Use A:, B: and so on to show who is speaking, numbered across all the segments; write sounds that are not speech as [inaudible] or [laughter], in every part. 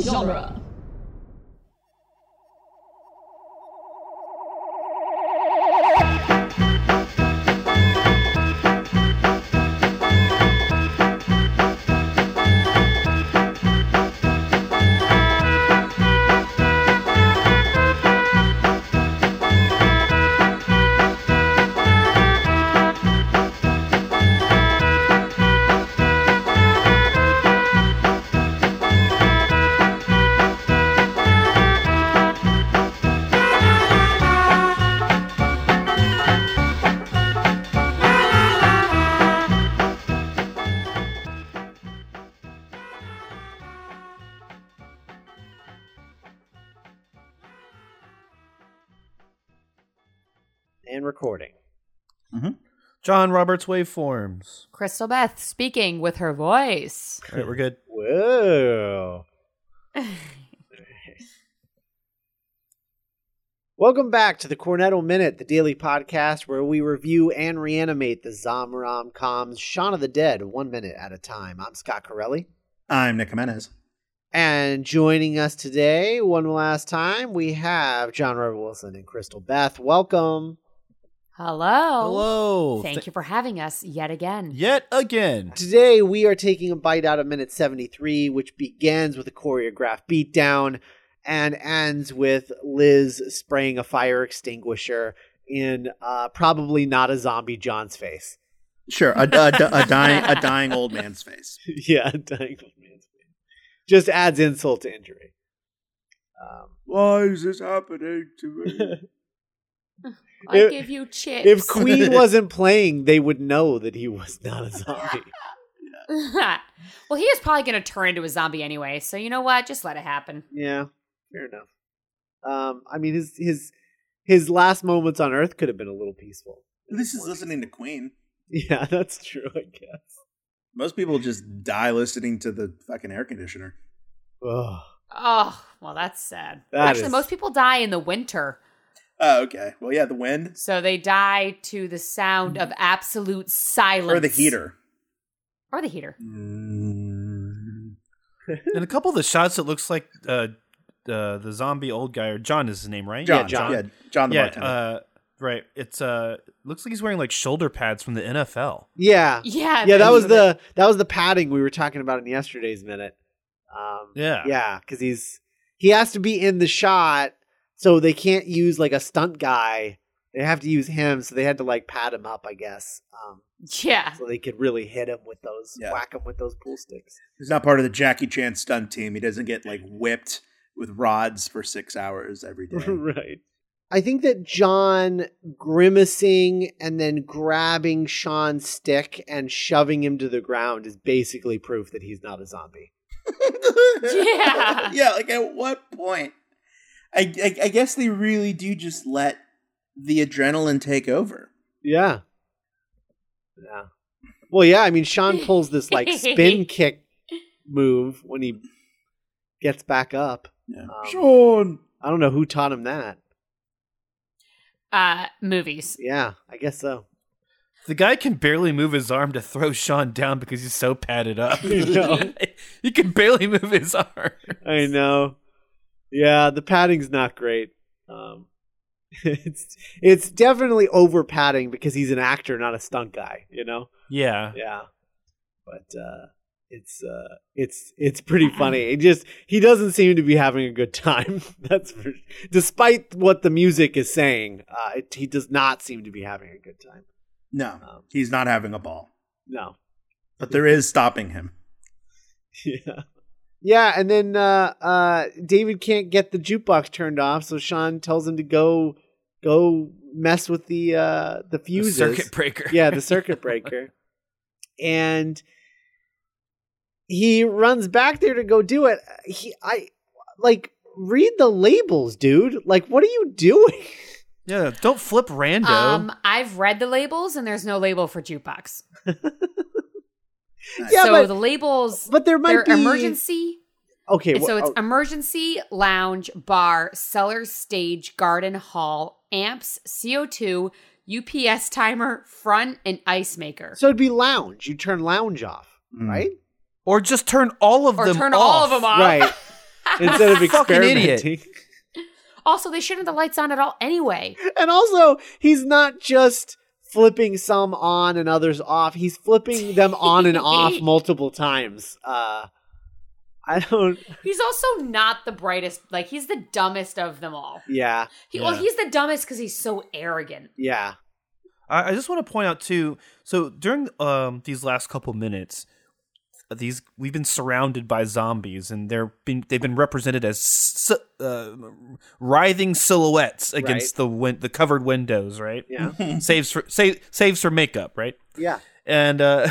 A: genre.
B: and recording.
C: John Roberts waveforms.
A: Crystal Beth speaking with her voice.
C: All right, we're good.
B: Whoa. Welcome back to the Cornetto Minute, the daily podcast where we review and reanimate the Zom Rom Coms Shaun of the Dead one minute at a time. I'm Scott Corelli.
D: I'm Nick Jimenez.
B: And joining us today, one last time, we have John Robert Wilson and Crystal Beth. Welcome.
A: Hello.
C: Hello.
A: Oh, Thank
C: Th-
A: you for having us yet again.
C: Yet again.
B: Today, we are taking a bite out of minute 73, which begins with a choreographed beatdown and ends with Liz spraying a fire extinguisher in uh, probably not a zombie John's face. [laughs]
D: Sure, a, a, a dying a dying old man's face.
B: yeah, dying old man's face. Just adds insult to injury. Um,
D: Why is this happening to me?
A: I
B: If-
A: give you chips.
B: if Queen wasn't playing, they would know that he was not a zombie.
A: [laughs] well, he is probably going to turn into a zombie anyway, so you know what? Just let it happen.
B: Yeah, fair enough. Um, I mean, his his his last moments on Earth could have been a little peaceful.
D: At least he's listening to Queen.
B: [laughs] Yeah, that's true. I guess.
D: Most people just die listening to the fucking air conditioner.
B: Ugh.
A: Oh, well, that's sad.
B: That
A: Actually,
B: is-
A: most people die in the winter,
D: Oh, okay. Well, yeah, the wind
A: so they die to the sound of absolute silence
D: or the heater.
A: or the heater.
D: Mm.
C: And a couple of the shots, it looks like uh, uh, the zombie old guy or John is his name, right?
B: Yeah,
D: John, yeah,
B: John.
D: John, John the
C: yeah.
D: bartender.
C: Uh, right. It's uh, looks like he's wearing like shoulder pads from the NFL.
B: Yeah,
A: Yeah,
B: yeah. That
A: they-
B: was the that was the padding we were talking about in yesterday's minute. Um,
C: Yeah.
B: yeah, because he's he has to be in the shot, so they can't use like a stunt guy. They have to use him, so they had to like pad him up, I guess, um,
A: yeah.
B: so they could really hit him with those,
D: Yeah.
B: whack him with those pool sticks.
D: he's not part of the Jackie Chan stunt team. He doesn't get like whipped with rods for six hours every [laughs] day.
B: [laughs] right. I think that John grimacing and then grabbing Sean's stick and shoving him to the ground is basically proof that he's not a zombie.
A: Yeah.
D: [laughs] yeah. Like at what point? I, I I guess they really do just let the adrenaline take over.
B: Yeah. Yeah. Well, yeah, I mean Sean pulls this like [laughs] spin kick move when he gets back up.
D: Yeah.
B: Um,
D: Sean.
B: I don't know who taught him that.
A: Uh, movies.
B: Yeah, I guess so.
C: The guy can barely move his arm to throw Sean down because he's so padded up.
B: I know.
C: [laughs] he can barely move his arm.
B: I know. Yeah, the padding's not great. Um [laughs] it's it's definitely over padding because he's an actor, not a stunt guy, you know?
C: Yeah.
B: yeah but uh it's uh it's it's pretty funny it just he doesn't seem to be having a good time [laughs] that's for despite what the music is saying uh it, he does not seem to be having a good time
D: No,
B: Um,
D: he's not having a ball,
B: no
D: but there is stopping him.
B: [laughs] yeah yeah and then uh uh david can't get the jukebox turned off so sean tells him to go go mess with the uh the
C: The
B: fuses
C: circuit breaker.
B: yeah, the circuit breaker. and he runs back there to go do it. He I like read the labels, dude. Like what are you doing?
C: [laughs]
B: [laughs]
C: Yeah. Don't flip rando.
A: Um, I've read the labels, and there's no label for jukebox.
D: Nice.
B: Yeah,
A: so
B: but-
A: the labels,
B: But there might
A: they're
B: be
A: emergency.
B: Okay,
A: so
B: wh-
A: it's
B: oh,
A: emergency lounge bar cellar stage garden hall amps CO2 UPS timer front and ice maker.
B: so it'd be lounge. You turn lounge off,
C: Hmm.
D: Mm.
B: right?
C: or just turn all of
A: or
C: them
A: turn
C: off.
A: Ah. all of them off.
B: Right. instead of
C: Fucking idiot.
B: experimenting.
A: [laughs] Also, they shouldn't have the lights on at all anyway.
B: And also, he's not just flipping some on and others off. He's flipping them on and
A: [laughs]
B: off multiple times. Uh, I don't.
A: He's also not the brightest. Like he's the dumbest of them all.
B: Yeah,
A: He, Well,
C: Yeah.
A: he's the dumbest because he's so arrogant.
B: yeah.
C: I, I just want to point out too. So during um, these last couple minutes, these we've been surrounded by zombies, and they're been they've been represented as si- uh, writhing silhouettes against the win- the covered windows, right?
B: Yeah.
C: saves for save, saves for makeup, right?
B: Yeah.
C: And uh,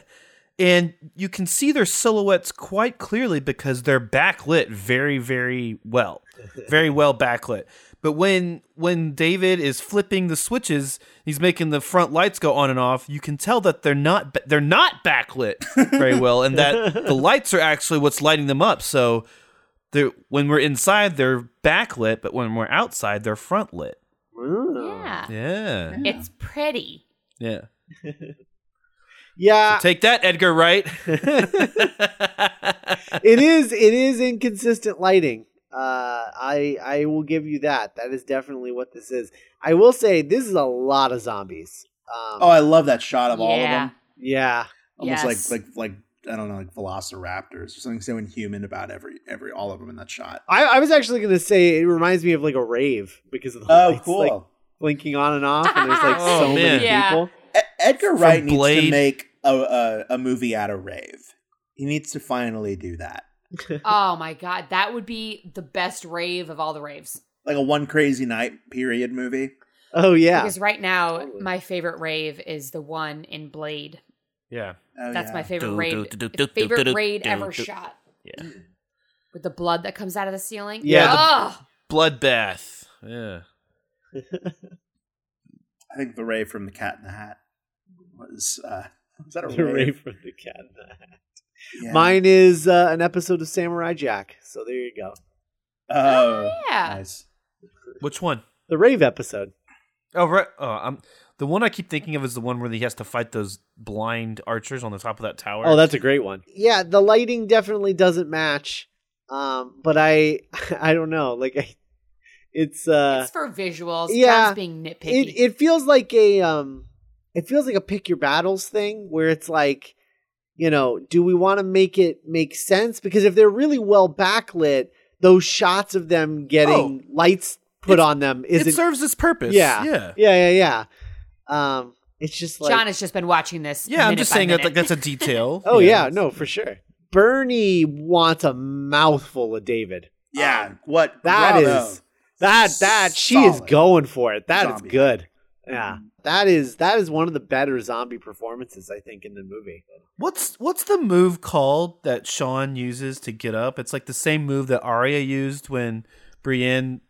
C: [laughs] and you can see their silhouettes quite clearly because they're backlit very very well, very well backlit. But when when David is flipping the switches, he's making the front lights go on and off. You can tell that they're not ba- they're not backlit very well, and that the lights are actually what's lighting them up. So. They're, when we're inside, they're backlit, but when we're outside, they're front lit.
B: Ooh.
A: Yeah.
C: Oh, Yeah,
A: It's pretty.
C: yeah.
B: Yeah.
C: Take that, Edgar Wright. [laughs]
B: it is. It is inconsistent lighting. Uh, I I will give you that. That is definitely what this is. I will say this is a lot of zombies. Um,
D: Oh, I love that shot of all of them.
B: yeah.
D: Almost
A: Yes.
D: like like like I don't know, like velociraptors or something so inhuman about every every all of them in that shot.
B: I, I was actually gonna say it reminds me of like a rave because of the
D: Oh,
B: lights,
D: cool.
B: like blinking on and off, and there's like
A: [laughs] Oh,
B: so
C: man.
B: many
A: Yeah.
B: people.
D: E- Edgar
C: From
D: Wright needs to
C: Blade.
D: make a, a a movie out of rave. He needs to finally do that,
A: Oh my god, that would be the best rave of all the raves.
D: like a one crazy night period movie.
B: Oh yeah,
A: Because right now,
B: Totally.
A: my favorite rave is the one in Blade.
C: yeah.
D: Oh,
A: That's
D: yeah.
A: my favorite
C: Do,
A: raid.
C: do, do,
A: It's
C: do, do,
A: favorite
C: do,
A: raid
C: do,
A: ever
C: do.
A: shot.
C: Yeah.
A: With the blood that comes out of the ceiling.
B: Yeah, the-
A: Ugh.
C: Bloodbath. Yeah.
D: I think the rave from the Cat in the Hat was uh, was that
B: [laughs]
D: a
B: the
D: rave?
B: rave from the cat. in the Hat.
D: Yeah.
B: Mine is uh, an episode of Samurai Jack. So there you go.
D: Oh,
A: yeah.
D: nice.
C: Which one?
B: The rave episode.
C: Oh, right. Oh, I'm, the one I keep thinking of is the one where he has to fight those blind archers on the top of that tower.
B: Oh, that's a great one. Yeah, the lighting definitely doesn't match. Um, but I, [laughs] I don't know. Like, I, it's uh,
A: it's for visuals.
B: yeah.
A: Yeah. being
B: it
A: nitpicky.
B: it feels like a um, it feels like a pick your battles thing where it's like, you know, do we want to make it make sense? Because if they're really well backlit, those shots of them getting lights put
C: Oh, It's-
B: on them
C: it
B: isn't.
C: serves its purpose.
B: Yeah.
C: Yeah.
B: yeah, yeah, yeah. Um, it's just like
A: John has just been watching this.
C: Yeah. I'm
A: minute
C: just
A: by
C: saying that like,
A: minute.
C: that's a detail.
B: [laughs] Oh yeah, no, for sure. Bernie wants a mouthful of David.
D: Yeah,
A: Oh.
D: what
B: That is
D: bravo.
B: that that she is
D: Solid.
B: going for it. That is
D: Zombie.
B: good. Yeah. That is that is one of the better zombie performances I think in the movie.
C: What's what's the move called that Sean uses to get up? It's like the same move that Arya used when Brienne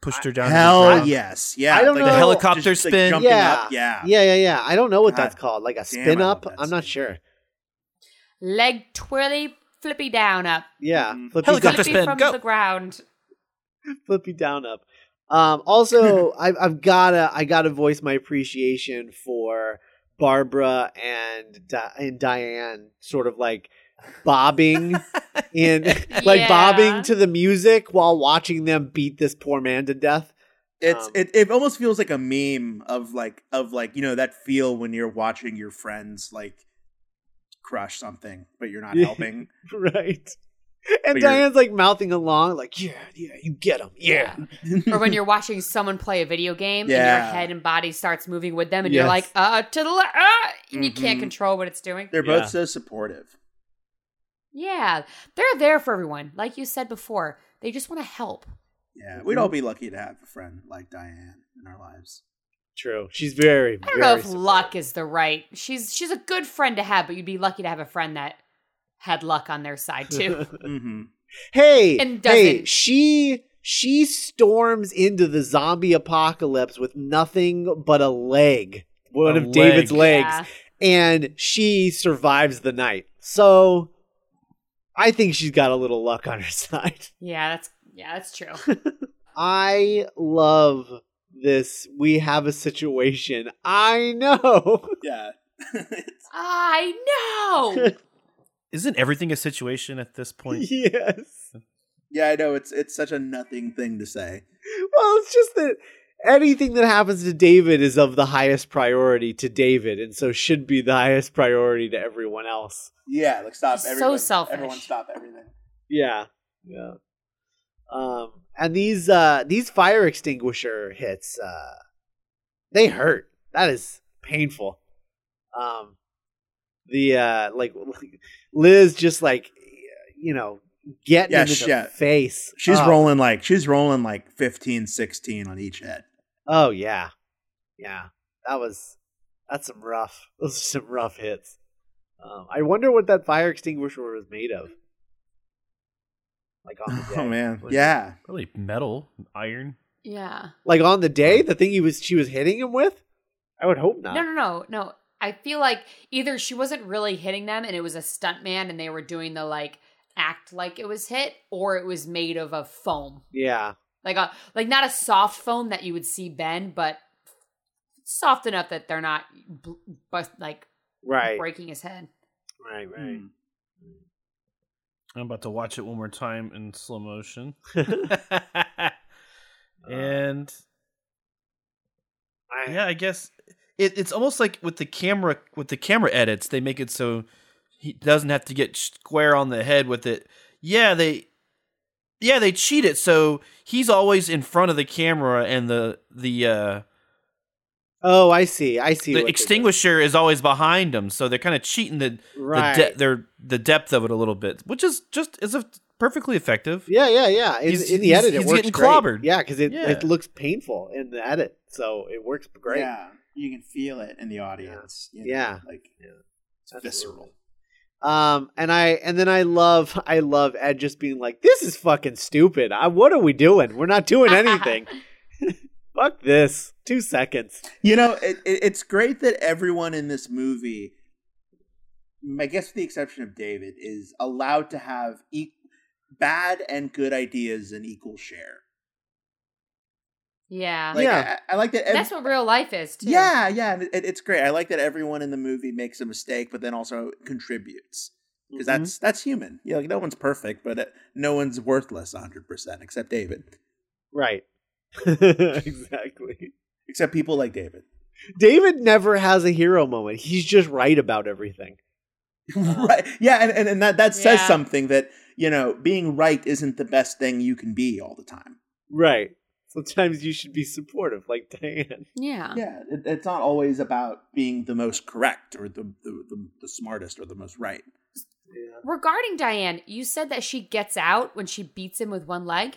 C: pushed her down. to the
D: Hell
C: ground.
D: yes, yeah.
B: I don't know.
C: The
B: No,
C: helicopter
D: just, like,
C: spin.
D: jumping
B: Yeah.
D: up, yeah.
B: Yeah, yeah, yeah. I don't know what
D: God
B: that's called. Like a
D: damn, I
B: spin
D: love
B: up?
D: that
B: I'm not
D: scene.
B: sure.
A: Leg twirly, flippy down up.
B: Yeah.
D: Mhm.
B: Flippy,
C: Helicopter
A: flippy
C: spin,
A: from
C: go.
A: the ground.
B: flippy down up. Um, also,
A: [laughs]
B: I've, I've gotta I gotta voice my appreciation for Barbara and Di- and Diane, sort of like
A: [laughs]
B: bobbing in [laughs] like
A: Yeah.
B: bobbing to the music while watching them beat this poor man to death. [laughs]
D: It's
B: Um,
D: it, it almost feels like a meme of like of like you know that feel when you're watching your friends like crush something, but
B: [laughs]
D: you're not
B: Yeah.
D: helping.
B: Right. And
D: But you're-
B: Diane's like mouthing along, like, yeah, yeah, you get him. Yeah.
A: or when you're watching someone play a video game and
D: Yeah.
A: your head and body starts moving with them and
B: Yes.
A: you're like uh to the left uh, and you can't
D: Mhm.
A: control what it's doing
D: [laughs] They're
B: Yeah.
D: both so supportive.
A: yeah they're there for everyone like you said before they just want to help
D: Yeah, we'd all be lucky to have a friend like Diane in our lives.
B: True. She's very,
A: i don't know
B: very
A: if luck is the right she's she's a good friend to have but you'd be lucky to have a friend that had luck on their side
B: [laughs]
A: too [laughs]
B: supportive.
D: Mm-hmm.
B: hey,
A: And
B: hey,
A: doesn't.
B: she she storms into the zombie apocalypse with nothing but a leg. One
C: A
B: of David's
A: leg.
B: legs. And she survives the night. So I think she's got a little luck on her [laughs] side.
A: yeah that's yeah that's
B: [laughs]
A: true
B: I love this. We have a situation. I know.
D: Yeah, [laughs]
A: i
B: [laughs]
A: know Oh.
C: Isn't everything a situation at this point?
B: yes.
D: Yeah, I know it's it's such a nothing thing to say.
B: Well, it's just that anything that happens to David is of the highest priority to David, and so should be the highest priority to everyone else.
D: Yeah, like stop
A: So
D: everyone.
A: selfish.
D: Everyone stop everything.
B: Yeah. Yeah. Um and these uh these fire extinguisher hits uh they hurt. That is painful. Um the uh like Liz just like you know getting
D: Yeah,
B: into
D: she-
B: the
D: yeah.
B: face.
D: She's
B: Oh,
D: rolling like she's rolling like 15, 16 on each [laughs] head.
B: Oh yeah. Yeah. That was that's some rough [laughs] those are some rough hits. Um I wonder what that fire extinguisher was made of. Like
C: [laughs]
B: on the day.
D: Oh man,
C: Like-
D: yeah.
C: Probably metal, iron.
A: Yeah.
B: Like on the day, the thing he was she was hitting him with? I would hope not.
A: No, no, no, no. I feel like either she wasn't really hitting them and it was a stunt man and they were doing the like act like it was hit or it was made of a foam.
B: Yeah.
A: Like a like not a soft foam that you would see bend, but soft enough that they're not bl- bust, like
B: Right.
A: breaking his head.
B: Right, right.
D: Mm.
C: I'm about to watch it one more time in slow [laughs] motion. Mm,
B: Uh,
C: and
B: I-
C: yeah, I guess it, it's almost like with the camera with the camera edits, they make it so he doesn't have to get square on the head with it. Yeah, they yeah they cheat it so he's always in front of the camera and the the uh,
B: Oh, I see. I see. what
C: the
B: they did.
C: extinguisher is always behind him. So they're kind of cheating the
B: Right.
C: the, de- their, the depth of it a little bit, which is just is a perfectly effective.
B: yeah, yeah, yeah. In,
C: He's-
B: in the
C: he's-
B: edit, it
C: he's
B: works
C: getting
B: great.
C: clobbered.
B: Yeah, because it,
C: Yeah.
B: it looks painful in the edit, so it works great.
D: Yeah, you can feel it in the audience. you know,
B: Yeah.
D: like
B: Yeah.
D: it's visceral.
B: Um, and I and then I love [laughs] I love Ed just being like, "This is fucking stupid. I, what are we doing? We're not
A: [laughs]
B: doing anything. Fuck this. Two seconds.
D: You know, it, it, it's great that everyone in this movie, I guess with the exception of David, is allowed to have e- bad and good ideas in equal share.
A: Yeah.
D: Like,
B: Yeah.
D: I, I like that. ev-
A: That's what real life is too.
D: yeah, yeah, and it, it's great. I like that everyone in the movie makes a mistake, but then also contributes because
B: Mm-hmm.
D: that's that's human. Yeah, like no one's perfect, but uh, no one's worthless 100 percent except David,
B: right. [laughs] exactly.
D: except people like David.
B: David never has a hero moment. He's just right about everything.
D: [laughs] right yeah and, and, and that, that says
A: Yeah.
D: something that you know being right isn't the best thing you can be all the time
B: Right. Sometimes you should be supportive, like Diane.
A: Yeah.
D: yeah it, it's not always about being the most correct or the, the, the, the smartest or the most right
A: Regarding Diane, you said that she gets out when she beats him with one leg.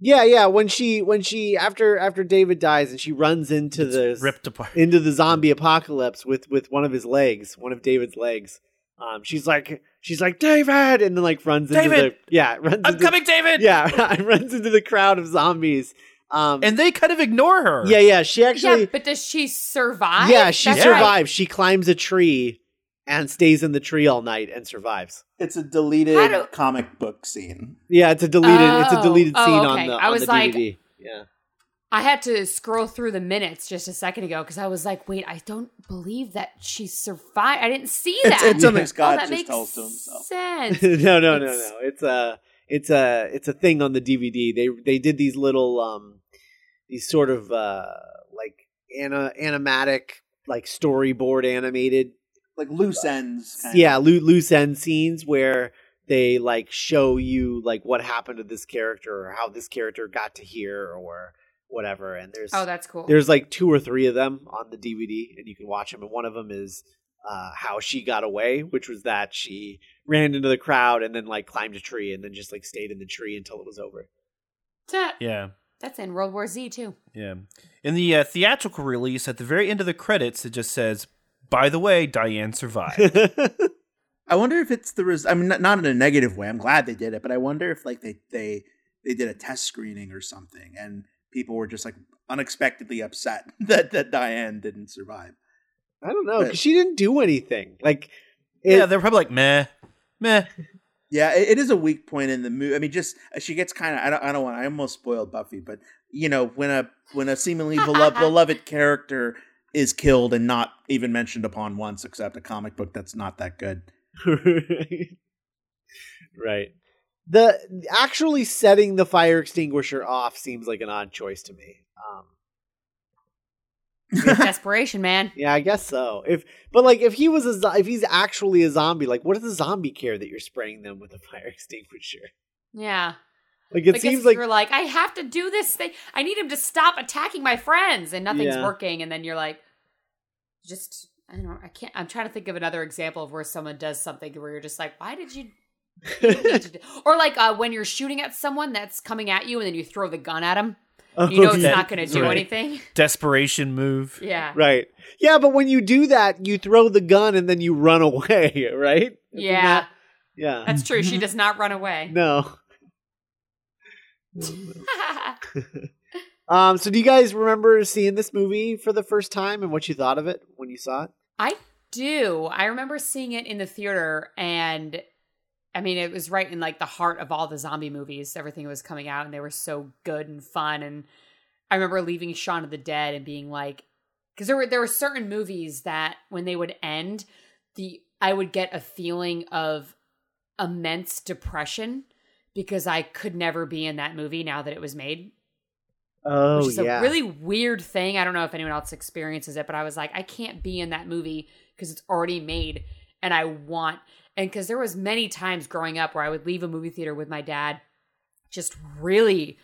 B: Yeah, yeah. When she when she after after David dies and she runs into the
C: It's ripped apart.
B: into the zombie apocalypse with with one of his legs, one of David's legs. Um, she's like she's like David, and then like runs into
C: David!
B: the yeah runs
C: I'm
B: into,
C: coming, David.
B: yeah [laughs] runs into the crowd of zombies. Um,
C: and they kind of ignore her.
B: yeah, yeah. She actually
A: yeah, but does she survive?
B: yeah she
A: That's
C: right.
B: survives. She climbs a tree and stays in the tree all night and survives.
D: it's a
A: How
D: deleted
A: do-
D: comic book scene
B: Yeah, it's a deleted. it's a
A: Oh,
B: deleted
A: oh,
B: scene
A: okay.
B: on the.
A: I
B: on
A: was
B: the
A: like-
B: DVD. yeah.
A: I had to scroll through the minutes just a second ago because I was like, wait, I don't believe that she survived. I didn't see
D: it's,
A: that.
D: it's something
A: oh,
D: scott
A: that
D: just
A: makes
D: tells to himself [laughs]
B: [laughs]
A: sense.
B: no, no, no,
A: It's-
B: no. It's a it's a it's a thing on the DVD. They they did these little um these sort of uh like ana- animatic like storyboard animated
D: like loose ends kind
B: yeah
D: of.
B: loo- loose end scenes where they like show you like what happened to this character or how this character got to here or whatever and there's
A: oh, that's cool.
B: there's like two or three of them on the DVD, and you can watch them. And one of them is uh, how she got away, which was that she ran into the crowd and then like climbed a tree and then just like stayed in the tree until it was over. [laughs]
A: That-
C: yeah,
A: That's in World War Z too.
C: yeah. In the uh, theatrical release, at the very end of the credits, it just says, "By the way,
B: [laughs]
C: Diane survived."
D: i wonder if it's the res- i mean not, not in a negative way i'm glad they did it but i wonder if like they they they did a test screening or something and people were just like unexpectedly upset [laughs] that that diane didn't survive
B: I don't know 'cause she didn't do anything. Like, it,
C: yeah, they're probably like, "Meh, meh."
D: Yeah, it, it is a weak point in the movie. I mean, just uh, she gets kind of. I don't. I don't want. I almost spoiled Buffy, but you know, when a when a seemingly beloved, beloved character is killed and not even mentioned upon once, except a comic book that's not that good.
B: [laughs] right. the actually setting the fire extinguisher off seems like an odd choice to me. Um,
A: It's desperation, man.
B: yeah, I guess so. If but like if he was a zo- if he's actually a zombie, like what does the zombie care that you're spraying them with a fire [laughs] extinguisher?
A: Yeah.
B: Like it
A: I guess
B: seems
A: if
B: like
A: you're like, I have to do this thing. I need him to stop attacking my friends, and nothing's
B: Yeah.
A: working. And then you're like, just I don't. know. I can't. I'm trying to think of another example of where someone does something where you're just like, why did you?
B: [laughs]
A: you didn't need to do-" [laughs] or like uh, when you're shooting at someone that's coming at you, and then you throw the gun at him.
B: [laughs]
A: You know it's
C: yeah.
A: not going to do
C: Right.
A: anything. [laughs]
C: Desperation move.
A: Yeah.
B: Right. Yeah, but when you do that, you throw the gun and then you run [laughs] away, right? Isn't
A: Yeah.
B: that- yeah.
A: That's true.
B: [laughs]
A: She does not run away.
B: No.
A: [laughs]
B: Um, so do you guys remember seeing this movie for the first time and what you thought of it when you saw it?
A: I do. I remember seeing it in the theater, and I mean, it was right in like the heart of all the zombie movies. Everything was coming out, and they were so good and fun. And I remember leaving Shaun of the Dead and being like, because there were there were certain movies that when they would end, the I would get a feeling of immense depression because I could never be in that movie now that it was made
B: Oh
A: which is a really weird thing. I don't know if anyone else experiences it, but I was like, I can't be in that movie because it's already made, and I want and because there was many times growing up where I would leave a movie theater with my dad, just really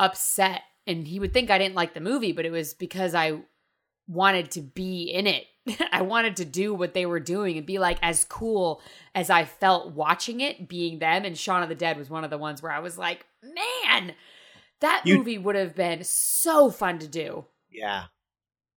A: upset, and he would think I didn't like the movie, but it was because I wanted to be in it. [laughs] I wanted to do what they were doing and be like as cool as I felt watching it being them. And Shaun of the Dead was one of the ones where I was like, man, that
D: You-
A: movie would have been so fun to do.
B: yeah.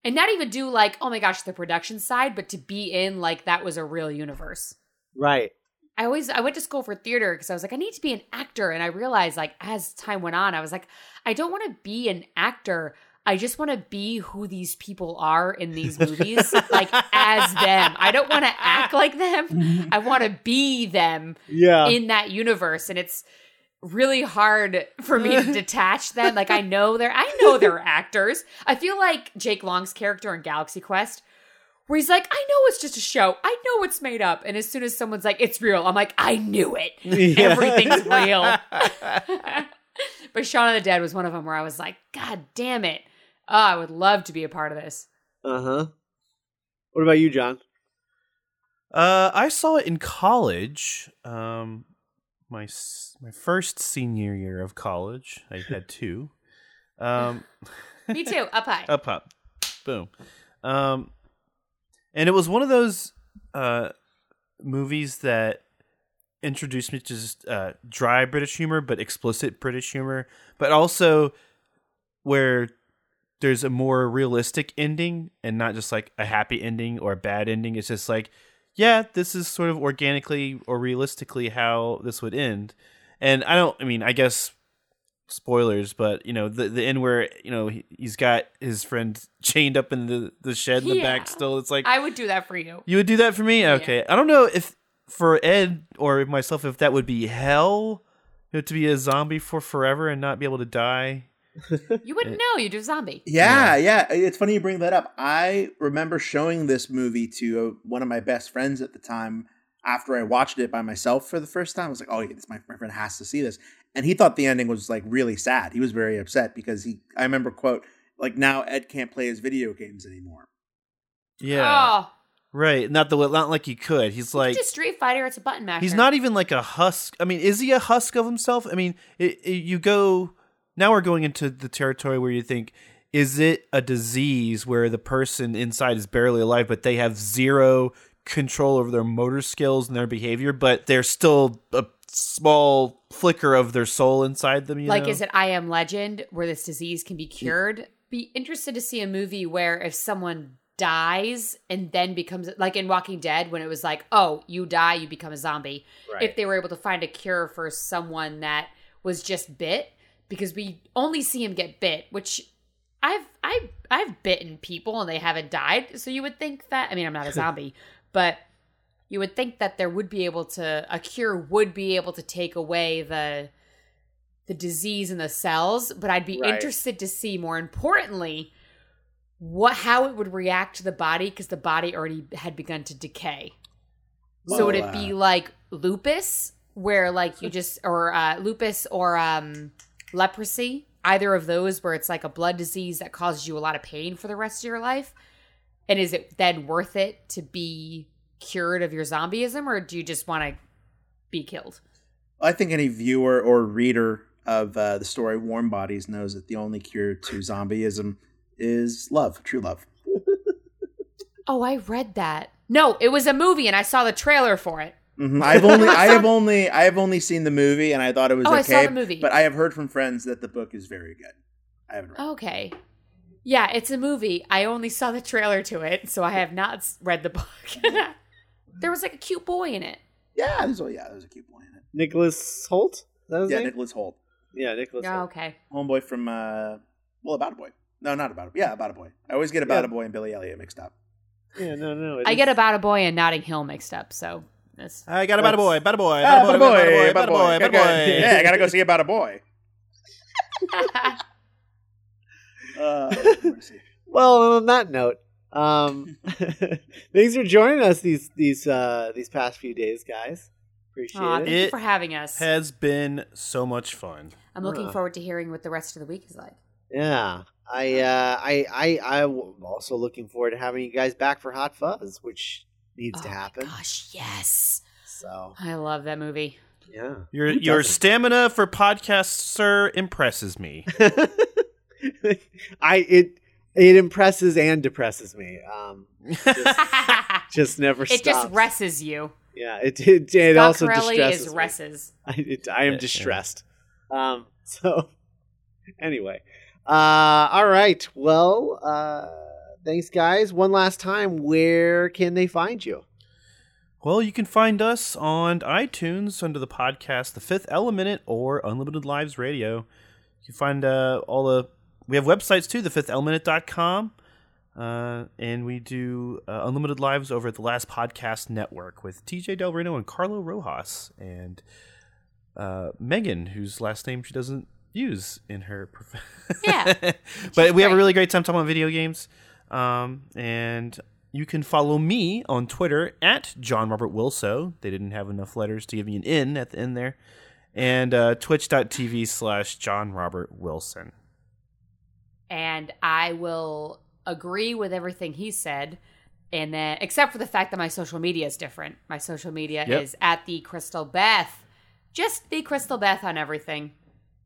A: And not even do like, oh my gosh, the production side, but to be in like that was a real universe.
B: Right.
A: I always I went to school for theater because I was like I need to be an actor and I realized like as time went on I was like I don't want to be an actor I just want to be who these people are in these movies like as them I don't want to act like them I want to be them
B: Yeah.
A: in that universe and it's really hard for me
C: [laughs]
A: to detach them like I know they're I know they're actors I feel like Jake Long's character in Galaxy Quest where he's like, I know it's just a show. I know it's made up. And as soon as someone's like, it's real, I'm like, I
C: [laughs]
A: knew it.
B: [laughs] Yeah.
A: Everything's real. [laughs] but Shaun of the Dead was one of them where I was like, God damn it. Oh, I would love to be a part of this.
B: Uh-huh. What about you, John?
C: Uh, I saw it in college. Um, my s- my first senior year of college, I had two. Um,
A: Me too.
C: [laughs]
A: Up high.
C: up up, boom. Um, and it was one of those uh movies that introduced me to just uh, dry British humor, but explicit British humor, but also where there's a more realistic ending and not just like a happy ending or a bad ending. It's just like, yeah, this is sort of organically or realistically how this would end. And I don't, I mean, I guess spoilers, but you know, the the end where you know he, he's got his friend [laughs] chained up in the the shed in the back
A: Yeah.
C: still. It's like
A: I would do that for you.
C: you would do that for me? Okay. I don't know if for Ed or myself if that would be hell you know, to be a zombie for forever and not be able to die.
A: You wouldn't know. You do zombie.
D: Yeah, yeah. It's funny you bring that up. I remember showing this movie to uh, one of my best friends at the time after I watched it by myself for the first time. I was like, oh, yeah, this, my, my friend has to see this. And he thought the ending was like really sad. He was very upset because he, I remember, quote, like now Ed can't play his video games anymore.
C: Yeah.
A: Oh,
C: Right. Not the not like he could. He's like
A: it's a Street Fighter. It's a button masher.
C: he's not even like a husk. I mean, is he a husk of himself? I mean, it, it- you go now we're going into the territory where you think is it a disease where the person inside is barely alive but they have zero control over their motor skills and their behavior but there's still a small flicker of their soul inside them you
A: like
C: know?
A: is it i am legend where this disease can be cured be interested to see a movie where if someone dies and then becomes like in walking dead when it was like oh you die you become a zombie if they were able to find a cure for someone that was just bit because we only see him get bit which i've i've i've bitten people and they haven't died so you would think that i mean i'm not a zombie but you would think that there would be able to a cure would be able to take away the the disease in the cells but i'd be
B: Right.
A: interested to see more importantly what how it would react to the body because the body already had begun to decay so would
D: Well,
A: it be
D: uh,
A: like lupus where like you just or uh, lupus or um, leprosy, either of those where it's like a blood disease that causes you a lot of pain for the rest of your life, and is it then worth it to be cured of your zombieism, or do you just want to be killed?
D: I think any viewer or reader of uh, the story Warm Bodies knows that the only cure to zombieism is love, true love.
A: Oh, I read that. No, it was a movie, and I saw the trailer for it.
D: Mhm. I've only, I
A: [laughs]
D: have only, I have only seen the movie, and I thought it was
A: Oh,
D: okay.
A: I saw the movie.
D: But I have heard from friends that the book is very good. I haven't read. it.
A: Okay. Yeah, it's a movie. I only saw the trailer to it, so I have not s- read the book. [laughs] there was like a cute boy in it.
D: Yeah, there's, oh, yeah, there's a cute boy in it.
B: Nicholas Holt? Is that his
D: Yeah,
B: name?
D: Nicholas Holt,
B: yeah, Nicholas
A: Oh,
B: Holt.
A: okay.
D: homeboy from, uh, well, About a Boy. No, not About a Boy. Yeah, About a Boy. I always get About
B: Yeah.
D: a Boy and Billy Elliot mixed up.
B: Yeah, no, no. it
A: Oh. I
B: is-
A: get about a boy and Notting Hill mixed up, so
C: [laughs]
A: that's
C: I got a bad boy, bad boy,
D: Ah,
C: bad boy, bad boy, bad boy, bad
D: Okay.
C: boy.
D: Yeah, I gotta go see About a Boy.
A: [laughs]
D: Uh, mercy.
B: Well, on that note, [laughs] um, thanks for joining us these these uh, these past few days, guys. Appreciate
A: Aw, thank
B: it.
C: [laughs]
A: you
C: It
A: for having us.
C: Has been so much fun.
A: I'm looking
B: Yeah.
A: forward to hearing what the rest of the week is like.
B: Yeah, I uh, I I I am also looking forward to having you guys back for Hot Fuzz, which needs to
A: Oh my
B: happen.
A: gosh, yes.
B: So
A: I love that movie. [laughs]
B: yeah,
C: Your
B: Who
C: your
B: doesn't?
C: stamina for podcasts, sir, impresses me.
B: I it it impresses and depresses me.
A: [laughs]
B: Um, [laughs] just,
A: it
B: just never
A: just
B: stops.
A: resses you.
B: Yeah, it it, it
A: Doc
B: also
A: Corelli
B: distresses
A: is
B: me.
A: resses.
B: [laughs] I, it, I
C: Yeah,
B: am
C: yeah.
B: distressed. Um, so [laughs] anyway, uh, all right. Well, uh, thanks, guys. One last time, where can they find you?
C: Well, you can find us on iTunes under the podcast The Fifth Element or Unlimited Lives Radio. You can find uh, all the we have websites too, thefifthelement.com. Uh, and we do uh, Unlimited Lives over at the Last Podcast Network with TJ Del Reno and Carlo Rojas and uh, Megan, whose last name she doesn't use in her. Prof- [laughs]
A: Yeah.
C: but we have a
A: great.
C: really great time talking about video games. Um, and you can follow me on Twitter at John Robert Wilso. They didn't have enough letters to give me an N at the end there. And uh, twitch.tv slash John Robert Wilson.
A: and I will agree with everything he said. And then, except for the fact that my social media is different. My social media
C: Yep.
A: is at the Crystal Beth, just the Crystal Beth on everything.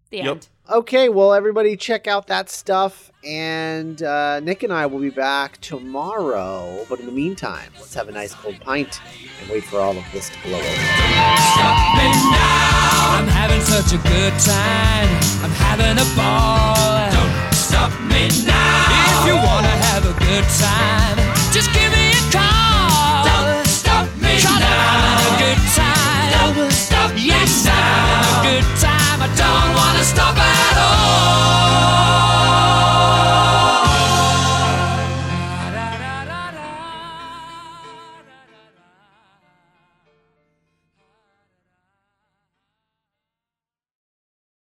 A: The
C: Yep.
A: end.
B: Okay, well, everybody, check out that stuff. And uh, Nick and I will be back tomorrow. But in the meantime, let's have a nice cold pint and wait for all of this to blow over.
E: I'm having such a good time. I'm having a ball. Don't stop me now. If you wanna have a good time, just give